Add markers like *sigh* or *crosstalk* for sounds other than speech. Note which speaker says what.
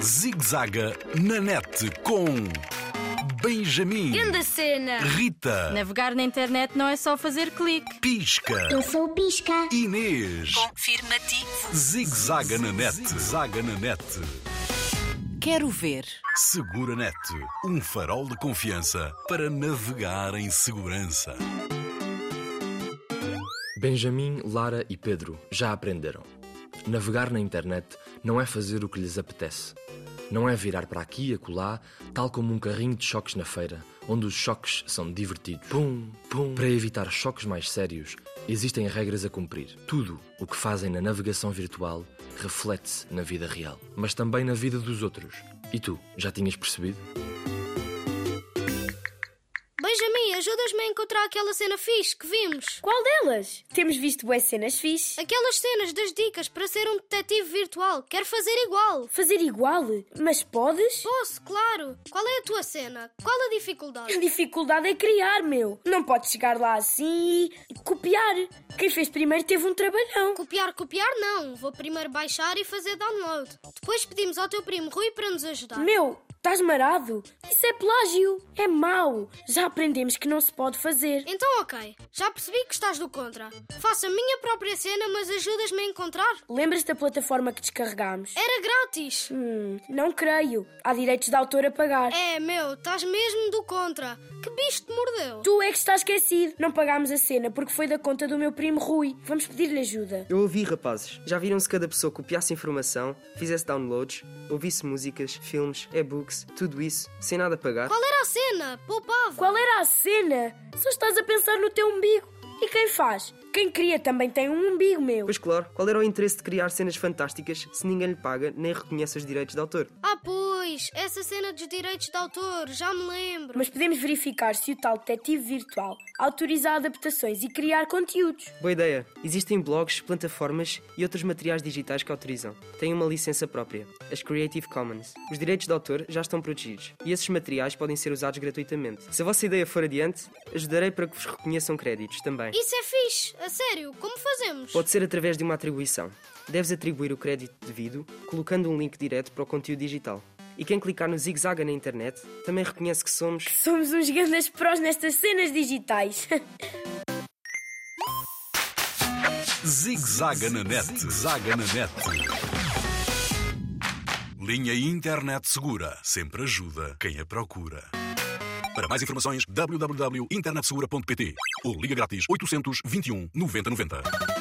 Speaker 1: Zigzaga na net com Benjamin,
Speaker 2: Grande cena!
Speaker 1: Rita,
Speaker 3: Navegar na internet não é só fazer clique.
Speaker 1: Pisca,
Speaker 4: Eu sou o Pisca.
Speaker 1: Inês.
Speaker 5: Confirmativo.
Speaker 1: Zigzaga na net, zaga na net.
Speaker 5: Quero ver.
Speaker 1: Segura net, um farol de confiança para navegar em segurança.
Speaker 6: Benjamin, Lara e Pedro já aprenderam. Navegar na internet não é fazer o que lhes apetece. Não é virar para aqui e acolá, tal como um carrinho de choques na feira, onde os choques são divertidos. Pum, pum. Para evitar choques mais sérios, existem regras a cumprir. Tudo o que fazem na navegação virtual reflete-se na vida real, mas também na vida dos outros. E tu, já tinhas percebido?
Speaker 2: Benjamin, ajudas-me a encontrar aquela cena fixe que vimos.
Speaker 7: Qual delas? Temos visto boas cenas fixe.
Speaker 2: Aquelas cenas das dicas para ser um detetive virtual. Quero fazer igual.
Speaker 7: Fazer igual? Mas podes?
Speaker 2: Posso, claro. Qual é a tua cena? Qual a dificuldade?
Speaker 7: A dificuldade é criar, meu. Não podes chegar lá assim e copiar. Quem fez primeiro teve um trabalhão.
Speaker 2: Copiar, copiar, não. Vou primeiro baixar e fazer download. Depois pedimos ao teu primo Rui para nos ajudar.
Speaker 7: Meu, estás marado? Isso é plágio. É mau. Já aprendemos que não se pode fazer.
Speaker 2: Então, ok. Já percebi que estás do contra. Faço a minha própria cena, mas ajudas-me a encontrar?
Speaker 7: Lembras da plataforma que descarregámos?
Speaker 2: Era grátis.
Speaker 7: Hum, não creio. Há direitos de autor a pagar.
Speaker 2: É, meu, estás mesmo do contra. Que bicho te mordeu?
Speaker 7: Tu é que estás esquecido. Não pagámos a cena porque foi da conta do meu primo Rui. Vamos pedir-lhe ajuda.
Speaker 8: Eu ouvi, rapazes. Já viram se cada pessoa copiasse informação, fizesse downloads, ouvisse músicas, filmes, e-books, tudo isso, sem nada pagar?
Speaker 2: Qual era a cena? Poupava.
Speaker 7: Qual era a cena? Só estás a pensar no teu umbigo. E quem faz? Quem cria também tem um umbigo, meu.
Speaker 8: Pois claro, qual era o interesse de criar cenas fantásticas se ninguém lhe paga nem reconhece os direitos de autor?
Speaker 2: Ah, pois, essa cena dos direitos de autor, já me lembro.
Speaker 7: Mas podemos verificar se o tal detetive virtual autoriza adaptações e criar conteúdos.
Speaker 8: Boa ideia! Existem blogs, plataformas e outros materiais digitais que autorizam. Têm uma licença própria, as Creative Commons. Os direitos de autor já estão protegidos e esses materiais podem ser usados gratuitamente. Se a vossa ideia for adiante, ajudarei para que vos reconheçam créditos também.
Speaker 2: Isso é fixe, a sério, como fazemos?
Speaker 8: Pode ser através de uma atribuição. Deves atribuir o crédito devido, colocando um link direto para o conteúdo digital. E quem clicar no zigzaga na internet também reconhece que somos.
Speaker 7: Somos uns grandes prós nestas cenas digitais. *laughs*
Speaker 1: Zigzaga na net, zaga na net. Linha Internet Segura sempre ajuda quem a procura. Para mais um informações, www.internetsegura.pt ou liga grátis 821 9090.